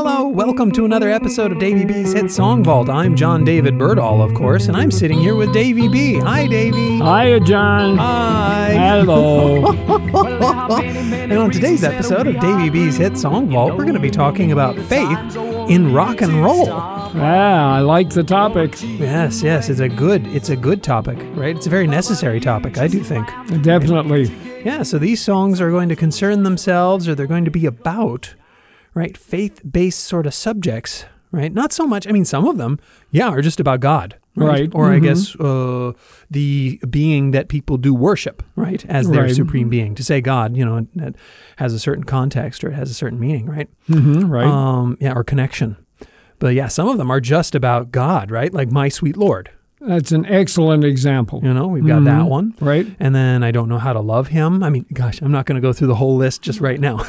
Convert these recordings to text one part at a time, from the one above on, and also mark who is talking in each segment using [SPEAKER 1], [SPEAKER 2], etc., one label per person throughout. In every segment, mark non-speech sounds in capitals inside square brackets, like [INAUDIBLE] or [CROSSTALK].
[SPEAKER 1] Welcome to another episode of Davy B's Hit Song Vault. I'm John David Birdall, of course, and I'm sitting here with Davy B. Hi, Davy.
[SPEAKER 2] Hiya, John.
[SPEAKER 1] Hi. [LAUGHS]
[SPEAKER 2] Hello.
[SPEAKER 1] And on today's episode of Davy B's Hit Song Vault, we're going to be talking about faith in rock and roll.
[SPEAKER 2] yeah, I like the topic.
[SPEAKER 1] Yes, yes, it's a good, it's a good topic, right? It's a very necessary topic, I do think.
[SPEAKER 2] Definitely.
[SPEAKER 1] Yeah, so these songs are going to concern themselves or they're going to be about, right, faith based sort of subjects, right? Not so much, I mean, some of them, yeah, are just about God, right?
[SPEAKER 2] Right, mm-hmm.
[SPEAKER 1] Or I guess uh, the being that people do worship, right, as their
[SPEAKER 2] Right.
[SPEAKER 1] supreme being. To say God, you know, that has a certain context or it has a certain meaning, right?
[SPEAKER 2] hmm right.
[SPEAKER 1] Um, yeah, or connection. But yeah, some of them are just about God, right? Like my sweet Lord,
[SPEAKER 2] That's an excellent example.
[SPEAKER 1] you know, we've got
[SPEAKER 2] Mm-hmm.
[SPEAKER 1] that one.
[SPEAKER 2] Right?
[SPEAKER 1] And then I don't know how to love him. I mean, gosh, I'm not going to go through the whole list just right now. [LAUGHS]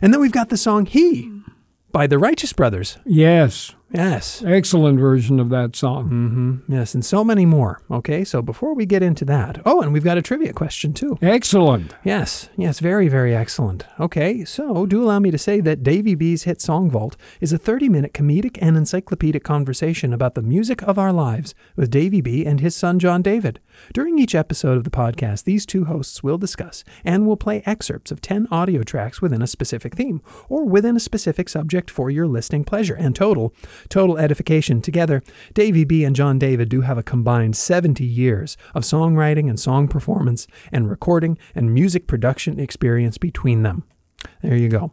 [SPEAKER 1] and then we've got the song He by the Righteous Brothers.
[SPEAKER 2] Yes.
[SPEAKER 1] Yes.
[SPEAKER 2] Excellent version of that
[SPEAKER 1] Mm-hmm.
[SPEAKER 2] song.
[SPEAKER 1] Yes. And so many more. Okay. So before we get into that, oh, and we've got a trivia question too.
[SPEAKER 2] Excellent.
[SPEAKER 1] Yes. Yes. Very, very excellent. Okay. So do allow me to say that Davy B's Hit Song Vault is a 30 minute comedic and encyclopedic conversation about the music of our lives with Davy B and his son John David. During each episode of the podcast, these two hosts will discuss and will play excerpts of 10 audio tracks within a specific theme or within a specific subject for your listening pleasure and total total edification together davy b and john david do have a combined 70 years of songwriting and song performance and recording and music production experience between them there you go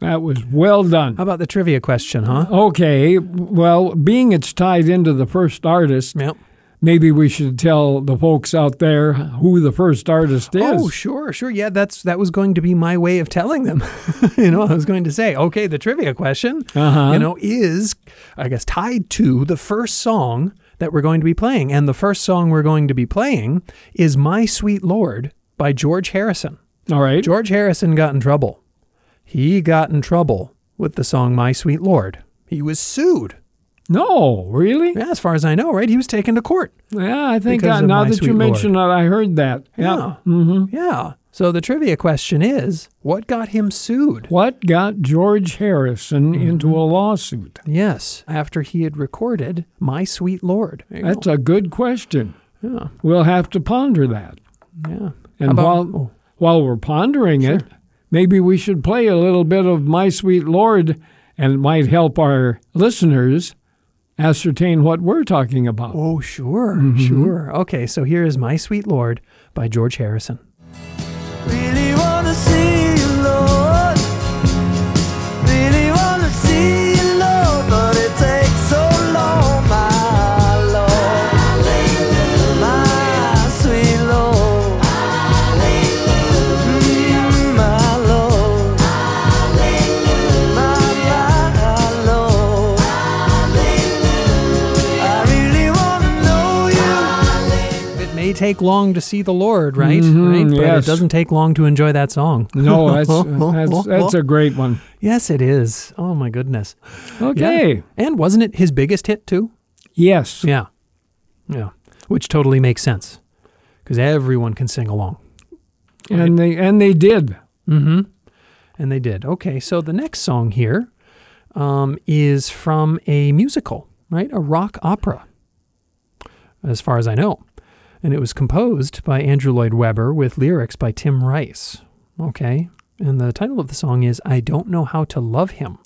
[SPEAKER 2] That was well done.
[SPEAKER 1] how about the trivia question huh
[SPEAKER 2] Okay. Well, being it's tied into the first artist,
[SPEAKER 1] yep
[SPEAKER 2] maybe we should tell the folks out there who the first artist is.
[SPEAKER 1] Oh, sure, sure. Yeah, that's that was going to be my way of telling them. [LAUGHS] you know, I was going to say, okay, the trivia question,
[SPEAKER 2] Uh-huh.
[SPEAKER 1] you know, is I guess tied to the first song that we're going to be playing, and the first song we're going to be playing is "My Sweet Lord" by George Harrison.
[SPEAKER 2] All right.
[SPEAKER 1] George Harrison got in trouble. He got in trouble with the song "My Sweet Lord." He was sued.
[SPEAKER 2] No, really?
[SPEAKER 1] Yeah, as far as I know, right? He was taken to court.
[SPEAKER 2] Yeah, I think
[SPEAKER 1] Because
[SPEAKER 2] uh,
[SPEAKER 1] of
[SPEAKER 2] now
[SPEAKER 1] My
[SPEAKER 2] that
[SPEAKER 1] Sweet
[SPEAKER 2] you
[SPEAKER 1] Lord.
[SPEAKER 2] mentioned that, I heard that.
[SPEAKER 1] Yeah. Mm-hmm. Yeah. So the trivia question is, what got him sued?
[SPEAKER 2] What got George Harrison
[SPEAKER 1] Mm-hmm.
[SPEAKER 2] into a lawsuit?
[SPEAKER 1] Yes, after he had recorded My Sweet Lord. There you
[SPEAKER 2] That's a good question.
[SPEAKER 1] go.
[SPEAKER 2] We'll have to ponder that.
[SPEAKER 1] yeah, yeah.
[SPEAKER 2] And
[SPEAKER 1] about- Oh,
[SPEAKER 2] while while we're pondering it, maybe we should play a little bit of My Sweet Lord and it might help our listeners ascertain what we're talking about.
[SPEAKER 1] Oh, sure, sure. Okay, so here is My Sweet Lord by George Harrison.
[SPEAKER 3] Really wanna see you, Lord. Really wanna see you, Lord, but it takes so long, my Lord. My sweet Lord. Mm, my Lord. My, my Lord. I really wanna know you.
[SPEAKER 1] It may take long to see the Lord, right? right? But
[SPEAKER 2] yes.
[SPEAKER 1] it doesn't take long to enjoy that song.
[SPEAKER 2] No,
[SPEAKER 1] [LAUGHS]
[SPEAKER 2] that's, that's that's a great one.
[SPEAKER 1] Yes, it is. Oh my goodness. Yeah.
[SPEAKER 2] Okay.
[SPEAKER 1] And wasn't it his biggest hit too?
[SPEAKER 2] Yes.
[SPEAKER 1] Yeah. Yeah. Which totally makes sense. Because everyone can sing along.
[SPEAKER 2] And they and they did.
[SPEAKER 1] Mm-hmm. And they did. Okay, so the next song here um, is from a musical, right? A rock opera, as far as I know. And it was composed by Andrew Lloyd Webber with lyrics by Tim Rice. Okay, and the title of the song is I Don't Know How to Love Him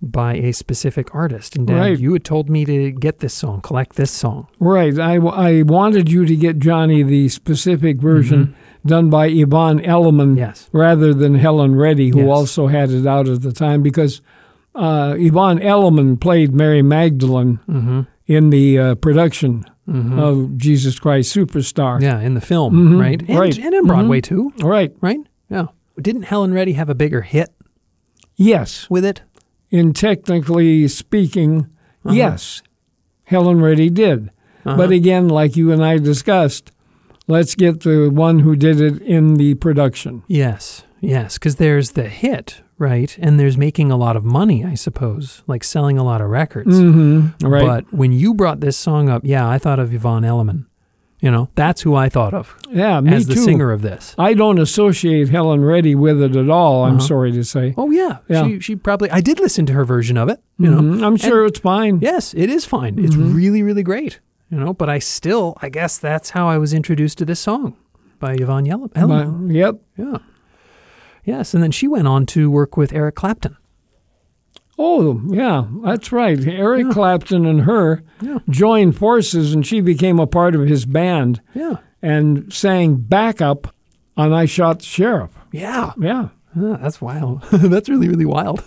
[SPEAKER 1] by a specific artist. And Dan,
[SPEAKER 2] Right.
[SPEAKER 1] you had told me to get this song, collect this song.
[SPEAKER 2] Right. I, I wanted you to get Johnny the specific version done by Yvonne Elliman
[SPEAKER 1] Mm-hmm. Yes.
[SPEAKER 2] rather than Helen Reddy, who
[SPEAKER 1] Yes.
[SPEAKER 2] also had it out at the time, because uh, Yvonne Elliman played Mary Magdalene
[SPEAKER 1] Mm-hmm.
[SPEAKER 2] in the uh, production of Jesus Christ Superstar.
[SPEAKER 1] Yeah, in the film, right? And,
[SPEAKER 2] Mm-hmm. right. Mm-hmm.
[SPEAKER 1] and in Broadway too,
[SPEAKER 2] All right.
[SPEAKER 1] right? Yeah. Didn't Helen Reddy have a bigger hit
[SPEAKER 2] Yes.
[SPEAKER 1] with it?
[SPEAKER 2] In technically speaking,
[SPEAKER 1] Uh-huh.
[SPEAKER 2] yes, Helen Reddy did. But again, like you and I discussed, let's get the one who did it in the production.
[SPEAKER 1] Yes, yes, because there's the hit, right? And there's making a lot of money, I suppose, like selling a lot of records.
[SPEAKER 2] Mm-hmm. Right.
[SPEAKER 1] But when you brought this song up, yeah, I thought of Yvonne Elliman. You know, that's who I thought of
[SPEAKER 2] Yeah, me
[SPEAKER 1] as the
[SPEAKER 2] too.
[SPEAKER 1] singer of this.
[SPEAKER 2] I don't associate Helen Reddy with it at all. I'm sorry to say.
[SPEAKER 1] Oh yeah, Mm-hmm.
[SPEAKER 2] Yeah.
[SPEAKER 1] She, she probably. I did listen to her version of it. You know,
[SPEAKER 2] Mhm, I'm sure it's fine.
[SPEAKER 1] yes, it is fine. It's really really great. You know, but I still, I guess that's how I was introduced to this song by Yvonne Yell-
[SPEAKER 2] But-
[SPEAKER 1] Elliman.
[SPEAKER 2] yep.
[SPEAKER 1] Yeah. Yes, and then she went on to work with Eric Clapton.
[SPEAKER 2] Oh, yeah, that's right. Eric Clapton and her
[SPEAKER 1] Yeah.
[SPEAKER 2] joined forces, and she became a part of his band
[SPEAKER 1] Yeah.
[SPEAKER 2] and sang backup on I Shot the Sheriff.
[SPEAKER 1] Yeah.
[SPEAKER 2] Yeah.
[SPEAKER 1] Ah, that's wild. [LAUGHS] that's really really wild.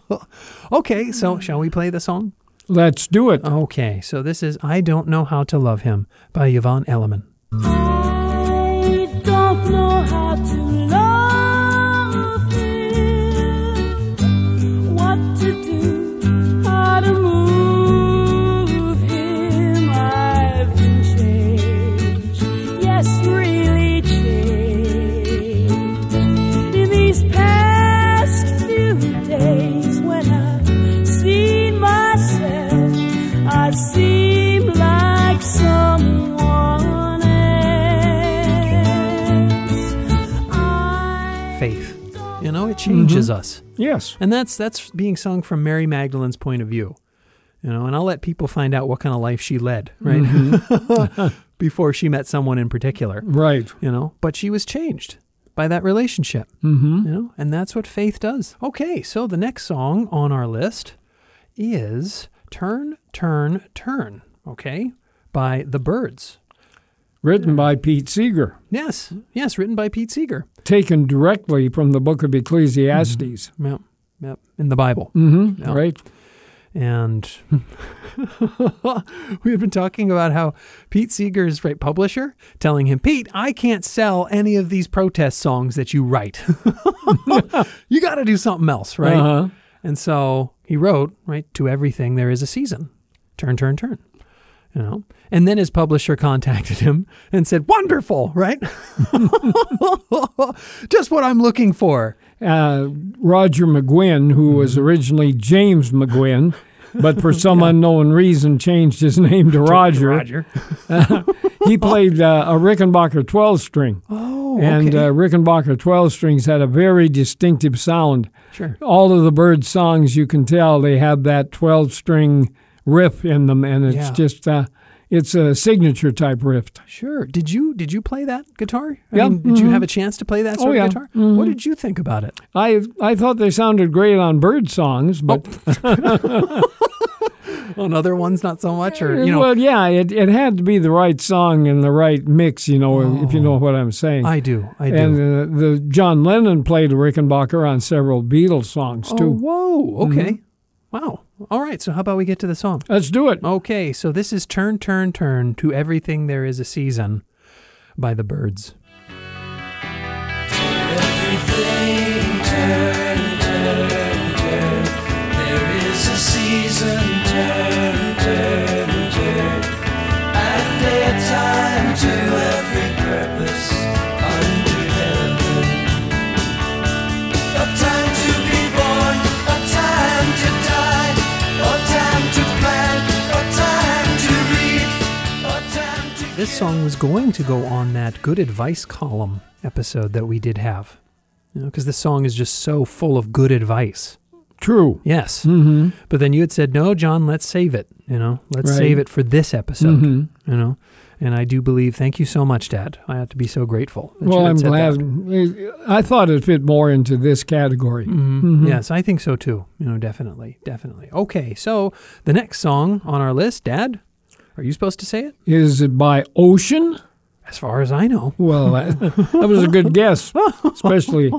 [SPEAKER 1] [LAUGHS] okay, so shall we play the song?
[SPEAKER 2] Let's do
[SPEAKER 1] Uh-huh.
[SPEAKER 2] it.
[SPEAKER 1] Okay, so this is I Don't Know How to Love Him by Yvonne Elliman.
[SPEAKER 4] I don't know how to love him, what to do, how to move him. I've been changed, yes, really changed. In these past few days, when I've seen myself, I seem like someone else. I
[SPEAKER 1] Faith. You know, it changes us.
[SPEAKER 2] Yes.
[SPEAKER 1] And that's that's being sung from Mary Magdalene's point of view. You know, and I'll let people find out what kind of life she led, right? [LAUGHS] Before she met someone in particular,
[SPEAKER 2] Right.
[SPEAKER 1] you know, but she was changed by that relationship. Mm-hmm. You know, and that's what faith does. Okay, so the next song on our list is Turn, Turn, Turn, okay? By The Birds.
[SPEAKER 2] Written by Pete Seeger,
[SPEAKER 1] Yes, yes, written by Pete Seeger.
[SPEAKER 2] taken directly from the book of Ecclesiastes.
[SPEAKER 1] Yep, yep, in the Bible.
[SPEAKER 2] Mm-hmm.
[SPEAKER 1] Yeah.
[SPEAKER 2] Right?
[SPEAKER 1] And [LAUGHS] we've been talking about how Pete Seeger's right publisher telling him, Pete, I can't sell any of these protest songs that you write. [LAUGHS] you got to do something else, right?
[SPEAKER 2] Uh-huh.
[SPEAKER 1] And so he wrote, right, to everything there is a season. Turn, turn, turn. You know. And then his publisher contacted him and said, Wonderful, right? [LAUGHS] Just what I'm looking for.
[SPEAKER 2] uh, Roger McGuinn, who was originally James McGuinn, but for some unknown reason changed his name to Roger.
[SPEAKER 1] Roger.
[SPEAKER 2] He played uh, a Rickenbacker 12 string.
[SPEAKER 1] Oh,
[SPEAKER 2] And
[SPEAKER 1] okay.
[SPEAKER 2] uh, Rickenbacker 12 strings had a very distinctive sound.
[SPEAKER 1] sure.
[SPEAKER 2] All of the bird songs, you can tell they have that 12 string riff in them, and it's
[SPEAKER 1] Yeah.
[SPEAKER 2] just uh, it's a signature type riff.
[SPEAKER 1] Sure. Did you did you play that guitar? I
[SPEAKER 2] Yeah. Mm-hmm. Oh,
[SPEAKER 1] mean, did you have a chance to play that sort
[SPEAKER 2] yeah.
[SPEAKER 1] of guitar? What did you think about it?
[SPEAKER 2] I I thought they sounded great on bird songs, but
[SPEAKER 1] On other ones, not so much, or you know,
[SPEAKER 2] Uh, well, yeah, it, it had to be the right song and the right mix, you know, if you know what I'm saying.
[SPEAKER 1] Oh. I do, I do.
[SPEAKER 2] and uh, the John Lennon played Rickenbacker on several Beatles songs
[SPEAKER 1] oh,
[SPEAKER 2] too.
[SPEAKER 1] whoa, okay,
[SPEAKER 2] Mm-hmm.
[SPEAKER 1] wow. All right, so how about we get to the song?
[SPEAKER 2] Let's do it.
[SPEAKER 1] Okay, so this is Turn, Turn, Turn to Everything There Is a Season by the Birds.
[SPEAKER 3] There is a season, turn, turn, turn, and their time to every purpose under heaven. A time to be born, a time to die, a time to plant, a time to reap, a time to.
[SPEAKER 1] This song was going to go on that good advice column episode that we did have, you know, because this song is just so full of good advice.
[SPEAKER 2] True.
[SPEAKER 1] Yes. Mm-hmm. But then you had said, no, John, let's save it. You know, let's
[SPEAKER 2] Right. Mm-hmm.
[SPEAKER 1] save it for this episode. You know, and I do believe, thank you so much, Dad. I have to be so grateful. that you
[SPEAKER 2] Well,
[SPEAKER 1] had
[SPEAKER 2] I'm
[SPEAKER 1] said
[SPEAKER 2] glad.
[SPEAKER 1] that.
[SPEAKER 2] I thought it fit more into this category.
[SPEAKER 1] Mm-hmm. Yes, I think so too. You know, definitely. Definitely. Okay. So the next song on our list, Dad, are you supposed to say it?
[SPEAKER 2] Is it by Ocean?
[SPEAKER 1] As far as I know.
[SPEAKER 2] Well, that, that was
[SPEAKER 1] [LAUGHS]
[SPEAKER 2] a good guess, especially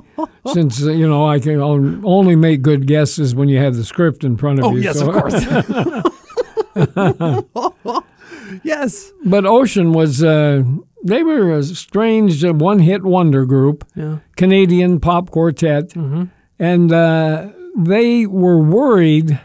[SPEAKER 2] since uh, you know I can on- only make good guesses when you have the script in front of
[SPEAKER 1] Oh,
[SPEAKER 2] you.
[SPEAKER 1] yes,
[SPEAKER 2] so-
[SPEAKER 1] of course. [LAUGHS] yes.
[SPEAKER 2] But Ocean was, uh, they were a strange one hit wonder group,
[SPEAKER 1] Yeah.
[SPEAKER 2] Canadian pop quartet. And uh, they were worried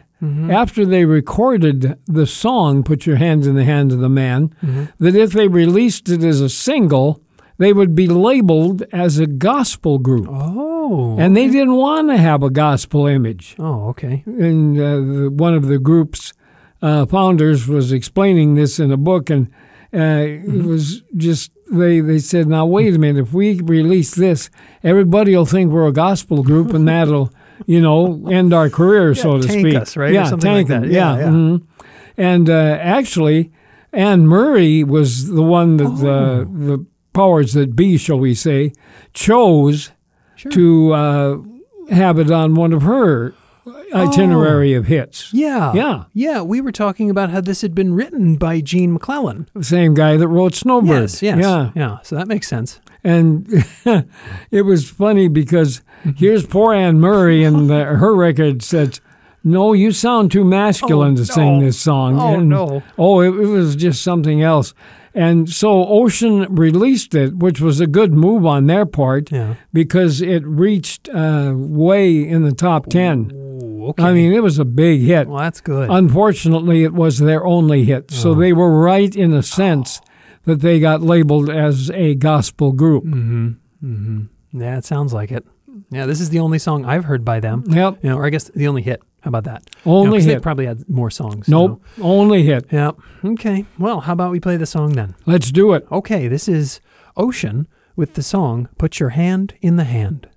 [SPEAKER 2] after they recorded the song, Put Your Hand in the Hand of the Man, that if they released it as a single, they would be labeled as a gospel group.
[SPEAKER 1] Oh.
[SPEAKER 2] And they didn't want to have a gospel image
[SPEAKER 1] oh, okay.
[SPEAKER 2] and uh, the, one of the group's uh, founders was explaining this in a book, and Uh,
[SPEAKER 1] Mm-hmm.
[SPEAKER 2] It was just they they said, now wait a minute, if we release this, everybody will think we're a gospel group, and
[SPEAKER 1] [LAUGHS]
[SPEAKER 2] that'll you know end our career, so to
[SPEAKER 1] tank
[SPEAKER 2] speak.
[SPEAKER 1] us, right? Or
[SPEAKER 2] Yeah,
[SPEAKER 1] something like
[SPEAKER 2] tank 'em.
[SPEAKER 1] that. Yeah, yeah.
[SPEAKER 2] mhm. And uh, actually, Anne Murray was the one
[SPEAKER 1] Oh.
[SPEAKER 2] that the the powers that be, shall we say, chose to uh, have it on one of her
[SPEAKER 1] Oh.
[SPEAKER 2] itinerary of hits.
[SPEAKER 1] Yeah.
[SPEAKER 2] Yeah.
[SPEAKER 1] Yeah. We were talking about how this had been written by Gene McClellan.
[SPEAKER 2] The same guy that wrote Snowbird.
[SPEAKER 1] Yes. Yes.
[SPEAKER 2] Yeah.
[SPEAKER 1] Yeah. So that makes sense.
[SPEAKER 2] And [LAUGHS] it was funny because here's poor Anne Murray, and the, her record said, No, you sound too masculine
[SPEAKER 1] Oh,
[SPEAKER 2] to sing
[SPEAKER 1] no.
[SPEAKER 2] this song.
[SPEAKER 1] Oh,
[SPEAKER 2] And-
[SPEAKER 1] no.
[SPEAKER 2] Oh, it, it was just something else. And so Ocean released it, which was a good move on their part
[SPEAKER 1] Yeah.
[SPEAKER 2] because it reached uh, way in the top 10.
[SPEAKER 1] Ooh, Oh, okay. Uh,
[SPEAKER 2] I mean, it was a big hit.
[SPEAKER 1] well, that's good.
[SPEAKER 2] Unfortunately, it was their only hit. So
[SPEAKER 1] Oh.
[SPEAKER 2] they were right in a sense that they got labeled as a gospel group.
[SPEAKER 1] Hmm. yeah, it sounds like it. Yeah, this is the only song I've heard by them.
[SPEAKER 2] Yep.
[SPEAKER 1] You know, or I guess the only hit. How about that?
[SPEAKER 2] Only
[SPEAKER 1] 'cause They
[SPEAKER 2] hit.
[SPEAKER 1] probably had more songs.
[SPEAKER 2] Nope. Only hit.
[SPEAKER 1] So. Yeah. Okay. Well, how about we play the song then?
[SPEAKER 2] Let's do it.
[SPEAKER 1] Okay, this is Ocean with the song Put Your Hand in the Hand.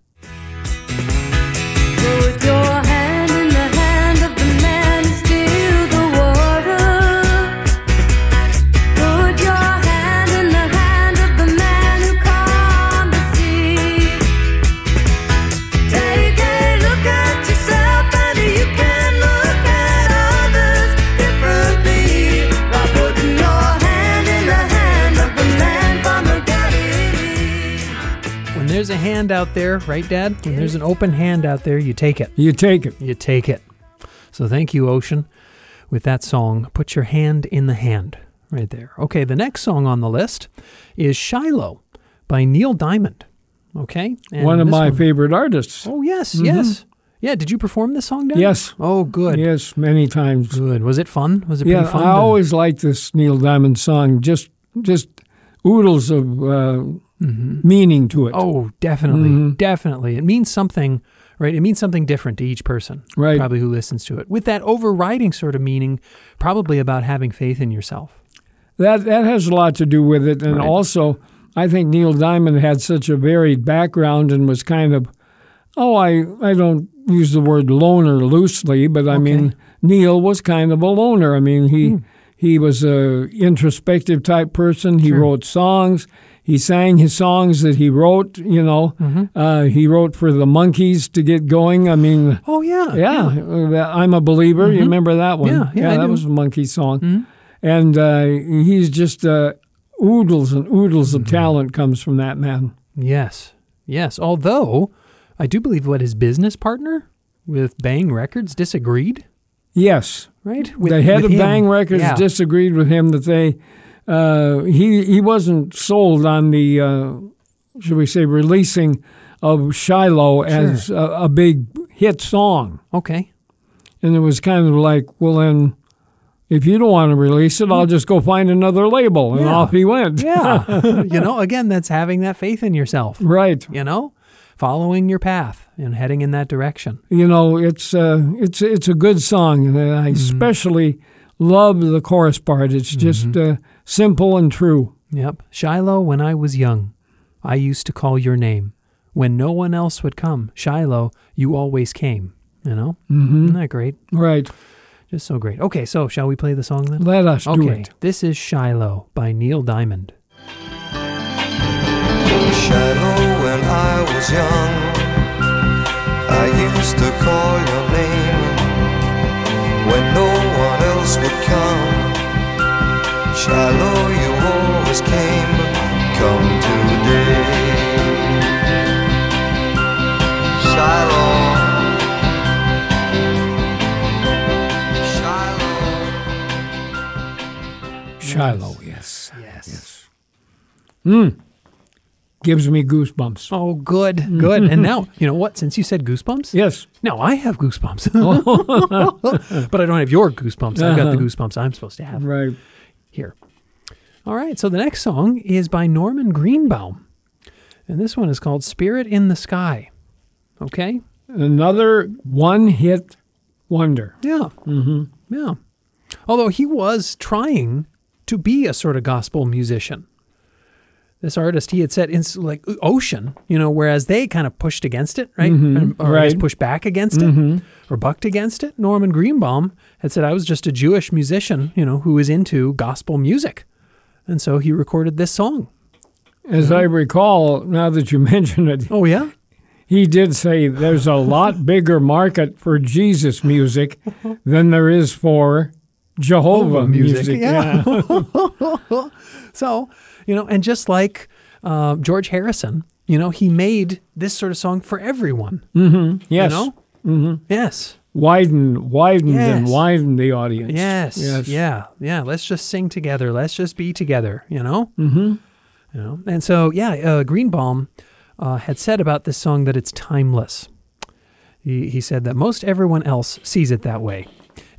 [SPEAKER 4] Put your hand in the hand of the man who steal the water. Put your hand in the hand of the man who calmed the sea. Take a look at yourself and you can look at others differently by putting your hand in the hand of the man from the Galilee.
[SPEAKER 1] When there's a hand out there, right, Dad? When there's an open hand out there, you take it.
[SPEAKER 2] You take it.
[SPEAKER 1] You take it. So thank you, Ocean, with that song, Put Your Hand in the Hand, right there. Okay, the next song on the list is Shiloh by Neil Diamond. Okay? and
[SPEAKER 2] one of
[SPEAKER 1] this
[SPEAKER 2] my favorite artists.
[SPEAKER 1] Oh, yes, yes. Yeah, did you perform this song, Dad?
[SPEAKER 2] Mm-hmm. Yes.
[SPEAKER 1] Oh, good.
[SPEAKER 2] Yes, many times.
[SPEAKER 1] Good. Was it fun? Was it
[SPEAKER 2] Yeah,
[SPEAKER 1] pretty fun?
[SPEAKER 2] I
[SPEAKER 1] to-
[SPEAKER 2] always liked this Neil Diamond song. Just, just oodles of uh,
[SPEAKER 1] Mm-hmm.
[SPEAKER 2] meaning to it.
[SPEAKER 1] Oh, definitely, definitely. It means something, right? It means something different to each person,
[SPEAKER 2] Right.
[SPEAKER 1] Probably who listens to it, with that overriding sort of meaning, probably about having faith in yourself.
[SPEAKER 2] That that has a lot to do with it, and
[SPEAKER 1] Right.
[SPEAKER 2] also I think Neil Diamond had such a varied background and was kind of, oh, I I don't use the word loner loosely, but I mean Neil was kind of a loner. I mean he he was a introspective type person. He wrote songs. He sang his songs that he wrote. You know, uh, he wrote for the monkeys to get going. I mean.
[SPEAKER 1] Oh yeah, Mm-hmm.
[SPEAKER 2] Yeah, uh, that I'm a believer. You remember that one?
[SPEAKER 1] Yeah, yeah, I do.
[SPEAKER 2] that
[SPEAKER 1] Mm-hmm.
[SPEAKER 2] was a monkey song. And uh, he's just uh, oodles and oodles of
[SPEAKER 1] Mm-hmm.
[SPEAKER 2] talent comes from that man.
[SPEAKER 1] Yes, yes. Although, I do believe what his business partner with Bang Records disagreed,
[SPEAKER 2] Yes,
[SPEAKER 1] right? With,
[SPEAKER 2] the head
[SPEAKER 1] with
[SPEAKER 2] of
[SPEAKER 1] him.
[SPEAKER 2] Bang Records
[SPEAKER 1] Yeah.
[SPEAKER 2] disagreed with him that they uh, he he wasn't sold on the uh, should we say releasing of Shiloh as a, a big hit song,
[SPEAKER 1] Okay.
[SPEAKER 2] and it was kind of like, well then. If you don't want to release it, I'll just go find another label, and
[SPEAKER 1] Mm. Yeah.
[SPEAKER 2] off he went. [LAUGHS]
[SPEAKER 1] Yeah. you know, again, that's having that faith in yourself.
[SPEAKER 2] Right.
[SPEAKER 1] You know, following your path and heading in that direction.
[SPEAKER 2] You know, it's uh, it's it's a good song, and
[SPEAKER 1] Mm-hmm.
[SPEAKER 2] I especially love the chorus part. It's just
[SPEAKER 1] Mm-hmm.
[SPEAKER 2] uh, simple and true.
[SPEAKER 1] Yep. Shiloh, when I was young, I used to call your name. When no one else would come, Shiloh, you always came. You know? Mm-hmm. Isn't that great?
[SPEAKER 2] Right.
[SPEAKER 1] Just so great. Okay, so shall we play the song then?
[SPEAKER 2] Let us do
[SPEAKER 1] Okay.
[SPEAKER 2] it.
[SPEAKER 1] This is Shiloh by Neil Diamond.
[SPEAKER 5] shadow when I was young. I used to call your name when no one else would come. Shallow, you always came. Come today, Shiloh. Shiloh.
[SPEAKER 2] Shiloh. Yes.
[SPEAKER 1] Yes.
[SPEAKER 2] Gives me goosebumps.
[SPEAKER 1] Oh, good, good. and now, you know what? Since you said goosebumps,
[SPEAKER 2] Yes.
[SPEAKER 1] now I have goosebumps. [LAUGHS] but I don't have your goosebumps. I've got the goosebumps I'm supposed to have.
[SPEAKER 2] Right.
[SPEAKER 1] here. All right, so the next song is by Norman Greenbaum. And this one is called Spirit in the Sky. Okay?
[SPEAKER 2] Another one-hit wonder.
[SPEAKER 1] Yeah. Mm-hmm. Yeah. Although he was trying to be a sort of gospel musician. This artist, he had said, in, like Ocean, you know, whereas they kind of pushed against it, right? or I guess
[SPEAKER 2] right.
[SPEAKER 1] pushed back against it or bucked against it. Norman Greenbaum had said, I was just a Jewish musician, you know, who was into gospel music. And so he recorded this song.
[SPEAKER 2] As I recall, now that you [LAUGHS] mention it,
[SPEAKER 1] Oh, yeah?
[SPEAKER 2] he did say there's a lot bigger market for Jesus music than there is for Jehovah music.
[SPEAKER 1] yeah. [LAUGHS] so, you know, and just like uh, George Harrison, you know, he made this sort of song for everyone.
[SPEAKER 2] Yes.
[SPEAKER 1] You know? Yes.
[SPEAKER 2] Widen, widen, and
[SPEAKER 1] Yes.
[SPEAKER 2] widen the audience.
[SPEAKER 1] Yes. Yeah. Yeah. Let's just sing together. Let's just be together. You know. Mm-hmm. You know. And so, yeah, uh, Greenbaum uh, had said about this song that it's timeless. He, he said that most everyone else sees it that way.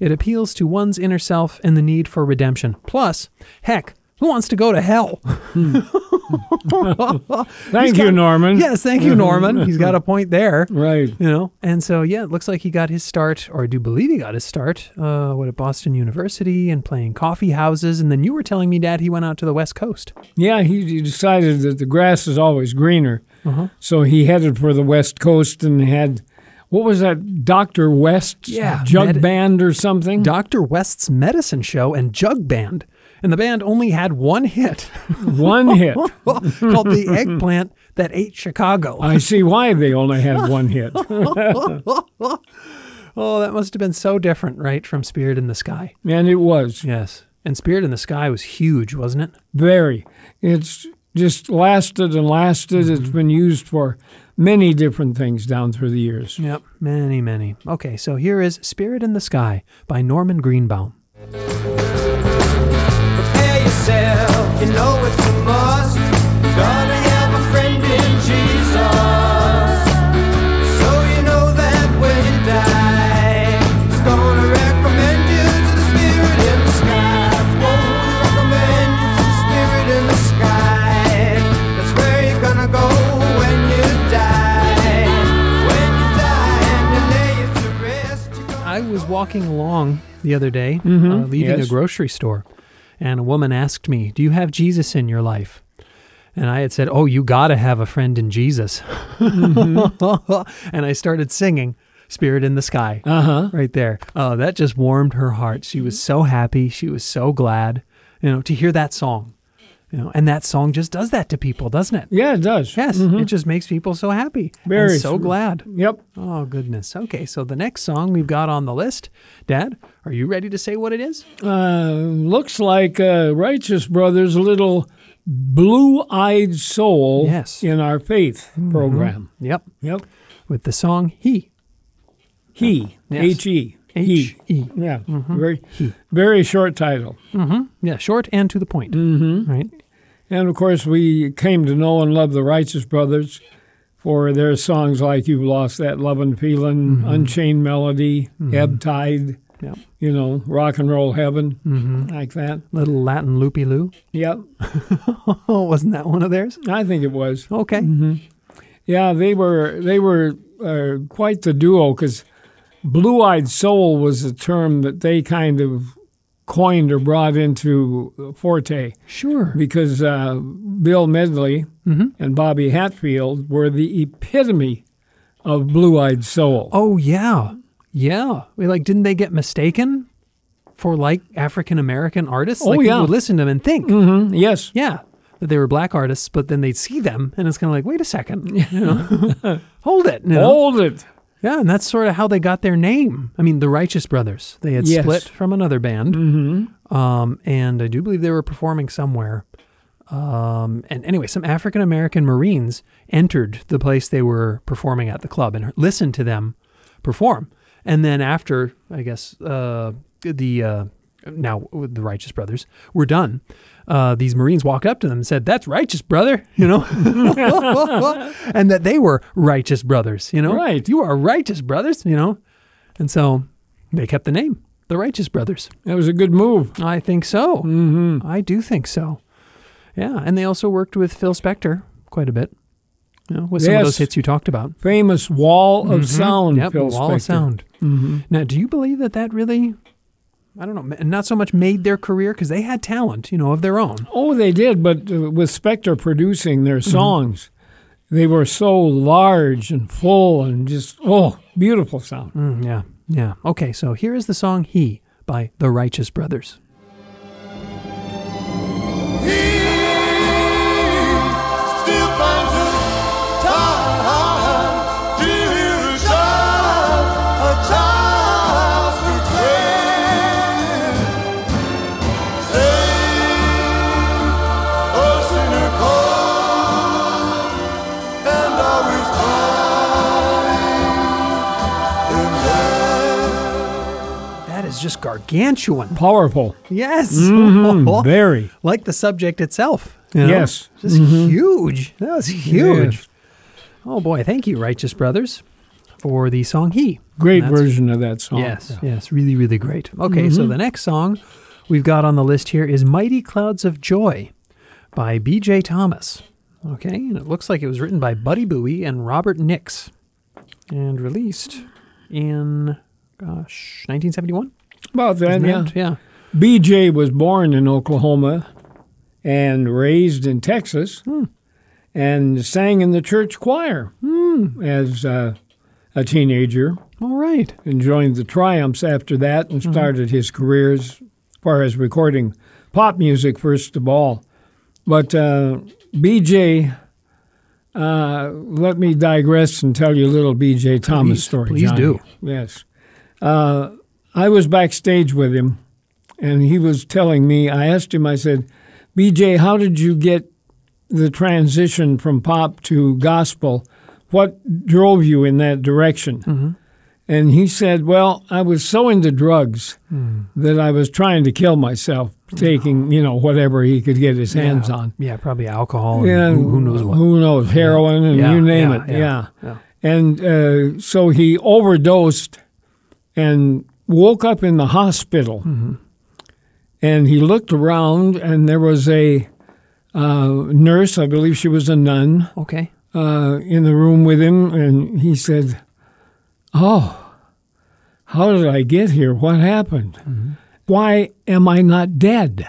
[SPEAKER 1] It appeals to one's inner self and the need for redemption. Plus, heck, who wants to go to [LAUGHS] hell?
[SPEAKER 2] Thank you, Norman.
[SPEAKER 1] yes, thank you, Norman. He's got a point there. [LAUGHS]
[SPEAKER 2] Right.
[SPEAKER 1] you know and so yeah it looks like he got his start or i do believe he got his start uh, what at boston university and playing coffee houses and then you were telling me dad he went out to the west coast
[SPEAKER 2] Yeah, he, he decided that the grass is always greener.
[SPEAKER 1] Uh-huh.
[SPEAKER 2] So he headed for the West Coast and had, what was that, Dr. West's
[SPEAKER 1] Yeah,
[SPEAKER 2] jug
[SPEAKER 1] med-
[SPEAKER 2] band or something?
[SPEAKER 1] dr west's medicine show and jug band and the band only had one hit
[SPEAKER 2] [LAUGHS]
[SPEAKER 1] [LAUGHS]
[SPEAKER 2] One hit.
[SPEAKER 1] called the eggplant that ate chicago
[SPEAKER 2] I see why they only had
[SPEAKER 1] [LAUGHS]
[SPEAKER 2] one hit.
[SPEAKER 1] oh that must have been so different right from spirit in the sky
[SPEAKER 2] And it was
[SPEAKER 1] yes and spirit in the sky was huge wasn't it
[SPEAKER 2] very. It's just lasted and lasted.
[SPEAKER 1] Mm-hmm.
[SPEAKER 2] It's been used for many different things down through the years.
[SPEAKER 1] yep many many okay so here is spirit in the sky by norman greenbaum
[SPEAKER 3] prepare yourself. You know it's a must. Gonna have a friend in Jesus. So you know that when you die, he's gonna recommend you to the spirit in the sky. Gonna recommend you to the spirit in the sky. That's where you're gonna go when you die. When you die and you lay it to rest, you're gonna
[SPEAKER 1] I was walking along the other day, uh, leaving
[SPEAKER 2] Mm-hmm. yes.
[SPEAKER 1] a grocery store, and a woman asked me, "Do you have Jesus in your life?" And I had said, "Oh, you gotta have a friend in Jesus,"
[SPEAKER 2] Mm-hmm.
[SPEAKER 1] [LAUGHS] and I started singing "Spirit in the Sky" uh-huh. right there. Oh, that just warmed her heart. She was so happy. She was so glad, you know, to hear that song. You know, and that song just does that to people, doesn't it?
[SPEAKER 2] Yeah, it does.
[SPEAKER 1] Yes, it just makes people so happy
[SPEAKER 2] Very
[SPEAKER 1] and so
[SPEAKER 2] true.
[SPEAKER 1] glad.
[SPEAKER 2] Yep.
[SPEAKER 1] Oh, goodness. Okay, so the next song we've got on the list, Dad, are you ready to say what it is?
[SPEAKER 2] Uh, looks like uh, Righteous Brothers' little blue eyed soul
[SPEAKER 1] Yes. Mm-hmm.
[SPEAKER 2] in our faith program.
[SPEAKER 1] Yep,
[SPEAKER 2] Yep.
[SPEAKER 1] with the song He.
[SPEAKER 2] He.
[SPEAKER 1] Yes.
[SPEAKER 2] H E.
[SPEAKER 1] H
[SPEAKER 2] He.
[SPEAKER 1] E.
[SPEAKER 2] Yeah. Very, very short title.
[SPEAKER 1] Yeah, short and to the point. Mm-hmm. Right?
[SPEAKER 2] And of course, we came to know and love the Righteous Brothers for their songs like You've Lost That Love and Feeling, Unchained Melody, Ebb Tide,
[SPEAKER 1] Mm-hmm. Yep. Mm-hmm.
[SPEAKER 2] you know, Rock and Roll Heaven, like that.
[SPEAKER 1] Little Latin loopy loo.
[SPEAKER 2] Yep.
[SPEAKER 1] Oh, wasn't that one of theirs?
[SPEAKER 2] I think it was.
[SPEAKER 1] Okay.
[SPEAKER 2] Mm-hmm. Yeah, they were they were uh, quite the duo because "blue eyed soul" was a term that they kind of coined or brought into Forte
[SPEAKER 1] Sure.
[SPEAKER 2] because uh, Bill Medley
[SPEAKER 1] Mm-hmm.
[SPEAKER 2] and Bobby Hatfield were the epitome of blue eyed soul.
[SPEAKER 1] Oh, yeah. Yeah. We like, didn't they get mistaken for like African American artists?
[SPEAKER 2] Oh,
[SPEAKER 1] like,
[SPEAKER 2] yeah.
[SPEAKER 1] People would listen to them and think,
[SPEAKER 2] Mm, Yes,
[SPEAKER 1] yeah, that they were black artists, but then they'd see them and it's kind of like, wait a second. You
[SPEAKER 2] [LAUGHS]
[SPEAKER 1] know? [LAUGHS] Hold it. You know?
[SPEAKER 2] hold it.
[SPEAKER 1] Yeah, and that's sort of how they got their name. I mean, the Righteous Brothers. They had
[SPEAKER 2] Yes.
[SPEAKER 1] split from another band, mm-hmm. um, and I do believe they were performing somewhere. Um, and anyway, some African American Marines entered the place they were performing at the club and listened to them perform. And then after, I guess uh, the uh, now the Righteous Brothers were done, uh, these Marines walked up to them and said, "That's Righteous Brother," you know, [LAUGHS] and that they were Righteous Brothers, you know.
[SPEAKER 2] Right.
[SPEAKER 1] You are Righteous Brothers, you know, and so they kept the name, the Righteous Brothers.
[SPEAKER 2] That was a good move.
[SPEAKER 1] I think so. Mm-hmm. I do think so. Yeah, and they also worked with Phil Spector quite a bit. You know, with some
[SPEAKER 2] Yes.
[SPEAKER 1] of those hits you talked about.
[SPEAKER 2] Famous wall of sound.
[SPEAKER 1] Mm-hmm. Yep,
[SPEAKER 2] Phil
[SPEAKER 1] wall of
[SPEAKER 2] Spector.
[SPEAKER 1] Mm-hmm. sound. Now, do you believe that that really I don't know, ma- not so much made their career because they had talent, you know, of their own.
[SPEAKER 2] Oh, they did, but uh, with Spector producing their
[SPEAKER 1] Mm-hmm.
[SPEAKER 2] songs, they were so large and full and just, oh, beautiful sound.
[SPEAKER 1] Mm, yeah, yeah. Okay, so here is the song "He" by the Righteous Brothers.
[SPEAKER 3] Still finds a time to hear a child, a child's refrain. Save a oh, sinner call, and I'll respond in love.
[SPEAKER 1] That is just gargantuan. Mm-hmm.
[SPEAKER 2] Powerful.
[SPEAKER 1] Yes, [LAUGHS] Oh.
[SPEAKER 2] Mhm, very.
[SPEAKER 1] like the subject itself. you know?
[SPEAKER 2] Yes. Mm-hmm.
[SPEAKER 1] just huge. That was huge. Oh boy, thank you, Righteous Brothers, for the song "He."
[SPEAKER 2] Great
[SPEAKER 1] That's-
[SPEAKER 2] version Mm-hmm. of that song.
[SPEAKER 1] Yes, yes, really, really great. Okay, so the next song we've got on the list here is Mighty Clouds of Joy by B.J. Thomas. Okay, and it looks like it was written by Buddy Bowie and Robert Nix and released in, gosh, 1971?
[SPEAKER 2] About that,
[SPEAKER 1] Isn't
[SPEAKER 2] yeah.
[SPEAKER 1] that- yeah.
[SPEAKER 2] BJ was born in Oklahoma and raised in Texas
[SPEAKER 1] Hmm.
[SPEAKER 2] and sang in the church choir
[SPEAKER 1] Hmm.
[SPEAKER 2] as uh, a teenager
[SPEAKER 1] All right.
[SPEAKER 2] and joined the Triumphs after that
[SPEAKER 1] Mm-hmm.
[SPEAKER 2] and started his career as far as recording pop music, first of all. But uh, BJ, uh, let me digress and tell you a little BJ Thomas
[SPEAKER 1] Please-
[SPEAKER 2] story.
[SPEAKER 1] please
[SPEAKER 2] Johnny.
[SPEAKER 1] do.
[SPEAKER 2] Yes. Uh, I was backstage with him and he was telling me, I asked him, I said, BJ, how did you get the transition from pop to gospel? What drove you in that direction?
[SPEAKER 1] Mm-hmm.
[SPEAKER 2] And he said, Well, I was so into drugs
[SPEAKER 1] Mm.
[SPEAKER 2] that I was trying to kill myself, taking, you know, whatever he could get his hands
[SPEAKER 1] yeah.
[SPEAKER 2] on.
[SPEAKER 1] Yeah, probably alcohol. Yeah.
[SPEAKER 2] And
[SPEAKER 1] Who, who knows what?
[SPEAKER 2] Who knows? Heroin and
[SPEAKER 1] Yeah,
[SPEAKER 2] you name
[SPEAKER 1] yeah,
[SPEAKER 2] it.
[SPEAKER 1] yeah,
[SPEAKER 2] Yeah.
[SPEAKER 1] yeah.
[SPEAKER 2] And uh, so he overdosed and woke up in the hospital. And he looked around, and there was a uh, nurse, I believe she was a nun,
[SPEAKER 1] Okay.
[SPEAKER 2] uh, in the room with him, and he said, "Oh, how did I get here? What happened? Why am I not dead?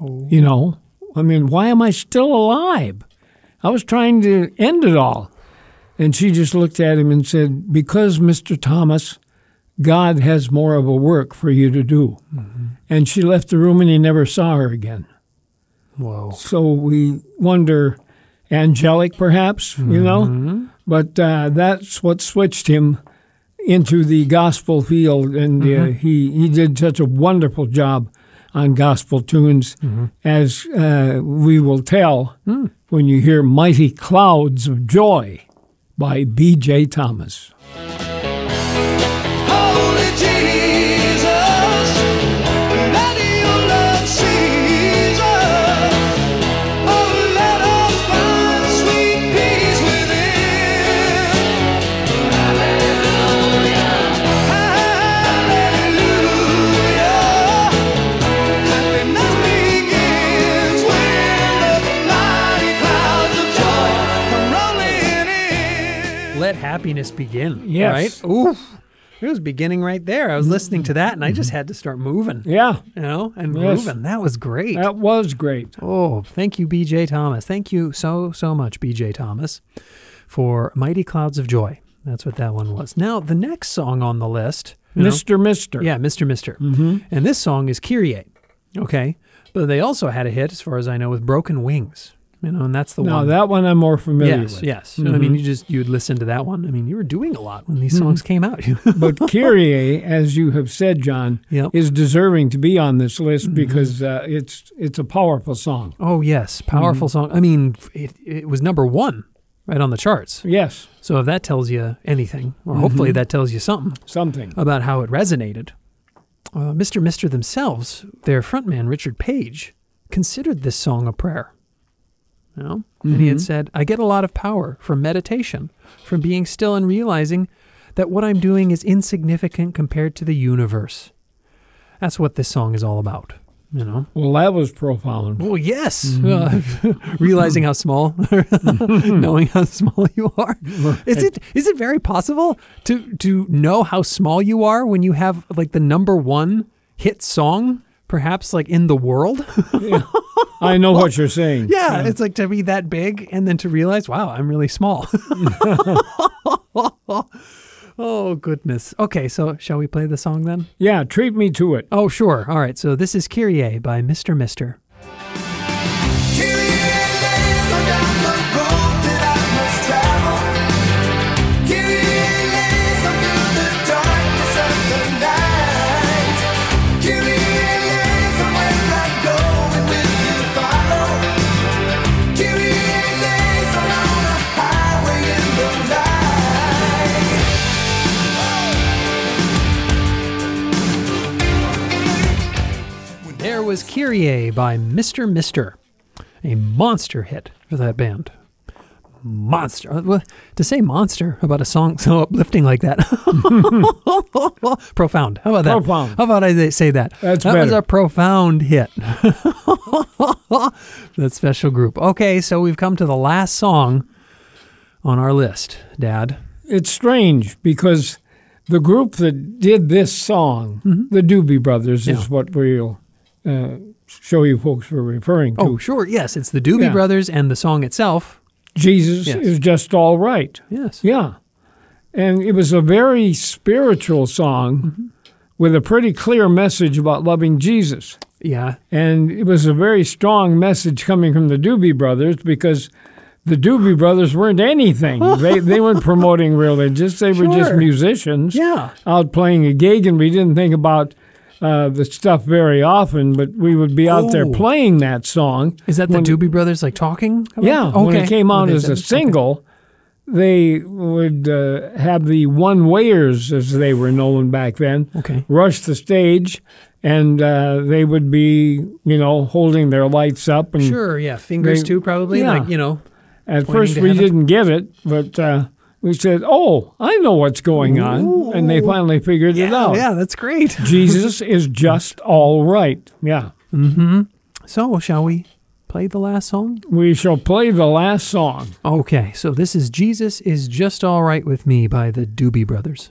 [SPEAKER 2] You know, I mean, why am I still alive? I was trying to end it all." And she just looked at him and said, "Because Mr. Thomas, God has more of a work for you to do." And she left the room, and he never saw her again.
[SPEAKER 1] Whoa.
[SPEAKER 2] So we wonder, angelic perhaps, you
[SPEAKER 1] Mm-hmm.
[SPEAKER 2] know? But uh, that's what switched him into the gospel field. And
[SPEAKER 1] Mm-hmm.
[SPEAKER 2] uh, he, he did such a wonderful job on gospel tunes,
[SPEAKER 1] Mm-hmm.
[SPEAKER 2] as uh, we will tell
[SPEAKER 1] Hmm.
[SPEAKER 2] when you hear Mighty Clouds of Joy by B.J. Thomas.
[SPEAKER 3] Holy Jesus, let Your love seize us. Oh, let us find sweet peace within. Hallelujah, happiness begins when the mighty clouds of joy come rolling in.
[SPEAKER 1] Let happiness begin.
[SPEAKER 2] Yes.
[SPEAKER 1] Right? Oof. It was beginning right there. I was listening to that and I just had to start moving.
[SPEAKER 2] Mm-hmm. Yeah,
[SPEAKER 1] You know, and
[SPEAKER 2] Yes.
[SPEAKER 1] moving. That was great.
[SPEAKER 2] that was great.
[SPEAKER 1] Oh, thank you, BJ Thomas. Thank you so, so much, BJ Thomas, for Mighty Clouds of Joy. That's what that one was. Now, the next song on the list. you know-
[SPEAKER 2] Mr. Mister. Mm-hmm.
[SPEAKER 1] yeah, Mr. Mister. And this song is Kyrie. Okay. But they also had a hit, as far as I know, with Broken Wings. You know, and that's the
[SPEAKER 2] Now,
[SPEAKER 1] one.
[SPEAKER 2] that Mm-hmm. one I'm more familiar
[SPEAKER 1] yes,
[SPEAKER 2] with.
[SPEAKER 1] yes. I mean, you just, you'd listen to that one. I mean, you were doing a lot when
[SPEAKER 2] Mm-hmm.
[SPEAKER 1] these songs came out. [LAUGHS]
[SPEAKER 2] But Kyrie, as you have said, John,
[SPEAKER 1] Yep. Mm-hmm.
[SPEAKER 2] is deserving to be on this list because uh, it's it's a powerful song.
[SPEAKER 1] oh, yes.
[SPEAKER 2] Mm-hmm.
[SPEAKER 1] Powerful song. I mean, it, it was number one right on the charts.
[SPEAKER 2] Yes,
[SPEAKER 1] So if that tells you anything, or hopefully
[SPEAKER 2] Mm-hmm.
[SPEAKER 1] that tells you something
[SPEAKER 2] something.
[SPEAKER 1] about how it resonated, uh, Mr. Mister themselves, their frontman Richard Page, considered this song a prayer. You know? And he had said, "I get a lot of power from meditation, from being still and realizing that what I'm doing is insignificant compared to the universe." That's what this song is all about. You know.
[SPEAKER 2] Well, that was profound.
[SPEAKER 1] Well, yes. [LAUGHS] Uh, realizing how small, [LAUGHS] knowing how small you are, is it is it very possible to to know how small you are when you have like the number one hit song, perhaps like in the world.
[SPEAKER 2] I know what you're saying.
[SPEAKER 1] [LAUGHS] yeah, it's like to be that big and then to realize, wow, I'm really [LAUGHS] small. oh, goodness. Okay, so shall we play the song then?
[SPEAKER 2] Yeah, treat me to it.
[SPEAKER 1] Oh, sure. All right, so this is Kyrie by Mr. Mister. There was Kyrie by Mr. Mister, a monster hit for that band. Monster. Uh, well, To say monster about a song so [LAUGHS] uplifting like that. profound. How about that?
[SPEAKER 2] Profound.
[SPEAKER 1] How about I say that?
[SPEAKER 2] That's
[SPEAKER 1] that was
[SPEAKER 2] better.
[SPEAKER 1] a profound hit. [LAUGHS] that special group. Okay, so we've come to the last song on our list, Dad.
[SPEAKER 2] It's strange because the group that did this song, the Doobie Brothers,
[SPEAKER 1] Mm-hmm. Yeah.
[SPEAKER 2] is what we'll uh, show you folks were referring to.
[SPEAKER 1] Oh, sure. Yes, it's the Doobie
[SPEAKER 2] Yeah.
[SPEAKER 1] Brothers and the song itself.
[SPEAKER 2] Jesus
[SPEAKER 1] Yes.
[SPEAKER 2] is just all right.
[SPEAKER 1] Yes.
[SPEAKER 2] Yeah. And it was a very spiritual song
[SPEAKER 1] Mm-hmm.
[SPEAKER 2] with a pretty clear message about loving Jesus.
[SPEAKER 1] Yeah.
[SPEAKER 2] And it was a very strong message coming from the Doobie Brothers because the Doobie Brothers weren't
[SPEAKER 1] [LAUGHS]
[SPEAKER 2] anything. they, they weren't promoting religious, they were just
[SPEAKER 1] Sure.
[SPEAKER 2] musicians
[SPEAKER 1] Yeah.
[SPEAKER 2] out playing a gig, and we didn't think about. Uh, the stuff very often, but we would be out there
[SPEAKER 1] Oh.
[SPEAKER 2] playing that song.
[SPEAKER 1] Is that
[SPEAKER 2] when-
[SPEAKER 1] the Doobie Brothers like talking? about
[SPEAKER 2] yeah,
[SPEAKER 1] it? Okay.
[SPEAKER 2] when it came
[SPEAKER 1] When
[SPEAKER 2] out
[SPEAKER 1] they
[SPEAKER 2] as
[SPEAKER 1] did
[SPEAKER 2] a
[SPEAKER 1] it?
[SPEAKER 2] single, they would uh, have the one wayers, as they were known back then,
[SPEAKER 1] Okay.
[SPEAKER 2] rush the stage, and uh, they would be, you know, holding their lights up. And
[SPEAKER 1] Sure, yeah, fingers
[SPEAKER 2] They-
[SPEAKER 1] too probably.
[SPEAKER 2] yeah.
[SPEAKER 1] Like you know,
[SPEAKER 2] at
[SPEAKER 1] pointing
[SPEAKER 2] first
[SPEAKER 1] to
[SPEAKER 2] we
[SPEAKER 1] heaven.
[SPEAKER 2] didn't get it, but uh, we said, "Oh, I know what's going on," and they finally figured it out.
[SPEAKER 1] yeah, that's great.
[SPEAKER 2] Jesus is just all right. Yeah.
[SPEAKER 1] [LAUGHS] So shall we play the last song?
[SPEAKER 2] We shall play the
[SPEAKER 1] [LAUGHS]
[SPEAKER 2] last song.
[SPEAKER 1] Okay, so this is Jesus is just all right with me by the Doobie Brothers.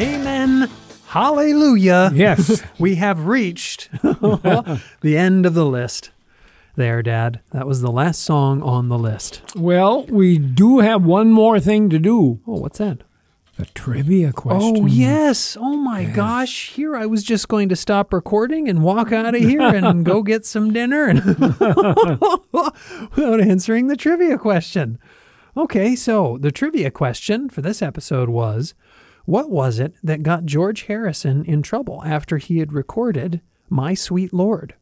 [SPEAKER 1] Amen. Hallelujah.
[SPEAKER 2] Yes.
[SPEAKER 1] We have reached [LAUGHS] the end of the list. There, Dad. That was the last song on the list.
[SPEAKER 2] well, we do have one more thing to do.
[SPEAKER 1] Oh, what's that?
[SPEAKER 2] The trivia question.
[SPEAKER 1] Oh yes! Oh my gosh! Here I was just going to stop recording and walk out
[SPEAKER 2] [LAUGHS]
[SPEAKER 1] of here and go get some dinner, and [LAUGHS] without answering the trivia question. Okay, so the trivia question for this episode was: What was it that got George Harrison in trouble after he had recorded "My Sweet Lord"?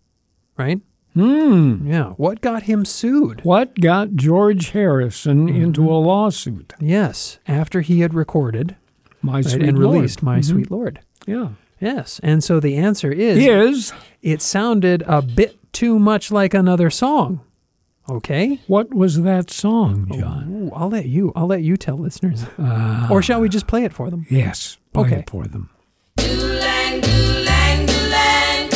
[SPEAKER 1] Right? Hmm. Yeah. What got him sued?
[SPEAKER 2] What got George Harrison
[SPEAKER 1] Mm-hmm.
[SPEAKER 2] into a lawsuit?
[SPEAKER 1] Yes, after he had recorded
[SPEAKER 2] My
[SPEAKER 1] right,
[SPEAKER 2] sweet
[SPEAKER 1] and
[SPEAKER 2] Lord. Mm-hmm.
[SPEAKER 1] released "My Sweet Lord."
[SPEAKER 2] Yeah,
[SPEAKER 1] Yes, and so the answer is
[SPEAKER 2] is
[SPEAKER 1] it sounded a bit too much like another song. Okay,
[SPEAKER 2] what was that song,
[SPEAKER 1] Oh.
[SPEAKER 2] John?
[SPEAKER 1] Ooh, I'll let you. I'll let you tell listeners. or shall we just play it for them?
[SPEAKER 2] Yes, play
[SPEAKER 1] Okay.
[SPEAKER 2] it for them.
[SPEAKER 6] Doolang, doolang, doolang.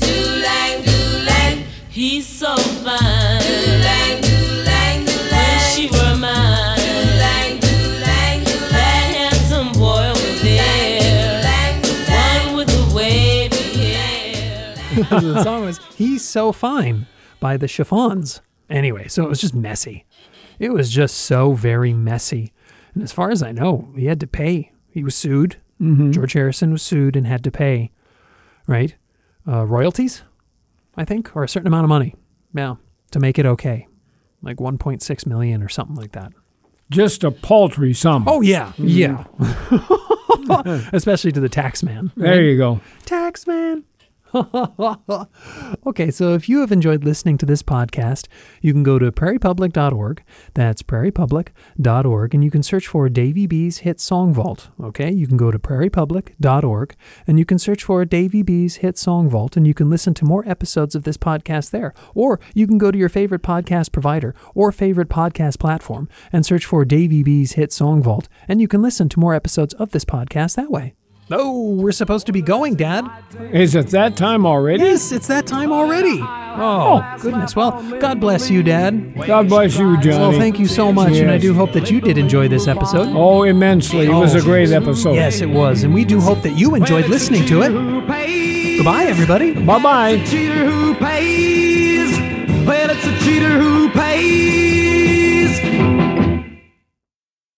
[SPEAKER 6] Doolang, doolang. He's so fine. Doolang, doolang, doolang. Wish she were mine. Doolang, doolang, doolang. That handsome boy over there. One with the wavy hair.
[SPEAKER 1] the song was "He's So Fine" by the Chiffons. Anyway, so it was just messy. It was just so very messy. And as far as I know, he had to pay. He was sued. George Harrison was sued and had to pay, right? Uh, royalties, I think, or a certain amount of money. Yeah, to make it okay, like 1.6 million or something like that.
[SPEAKER 2] Just a paltry sum.
[SPEAKER 1] Oh yeah, [LAUGHS] yeah. Mm-hmm. Especially to the tax man.
[SPEAKER 2] there you go.
[SPEAKER 1] Tax man. [LAUGHS] Okay, so if you have enjoyed listening to this podcast, you can go to prairiepublic.org. That's prairiepublic.org, and you can search for Davy B's Hit Song Vault. Okay, you can go to prairiepublic.org and you can search for Davy B's Hit Song Vault, and you can listen to more episodes of this podcast there. Or you can go to your favorite podcast provider or favorite podcast platform and search for Davy B's Hit Song Vault, and you can listen to more episodes of this podcast that way. Oh, we're supposed to be going, Dad.
[SPEAKER 2] Is it that time already?
[SPEAKER 1] Yes, it's that time already. Oh, goodness. Well, God bless you, Dad.
[SPEAKER 2] God bless you, Johnny.
[SPEAKER 1] Well, thank you so much, and I
[SPEAKER 2] Yes.
[SPEAKER 1] do hope that you did enjoy this episode.
[SPEAKER 2] Oh, immensely. It was a great episode.
[SPEAKER 1] Yes, it was, and we do hope that you enjoyed listening to it.
[SPEAKER 3] Who pays?
[SPEAKER 1] Goodbye, everybody.
[SPEAKER 2] Bye bye.
[SPEAKER 3] Cheater who pays? Well, it's a cheater who pays.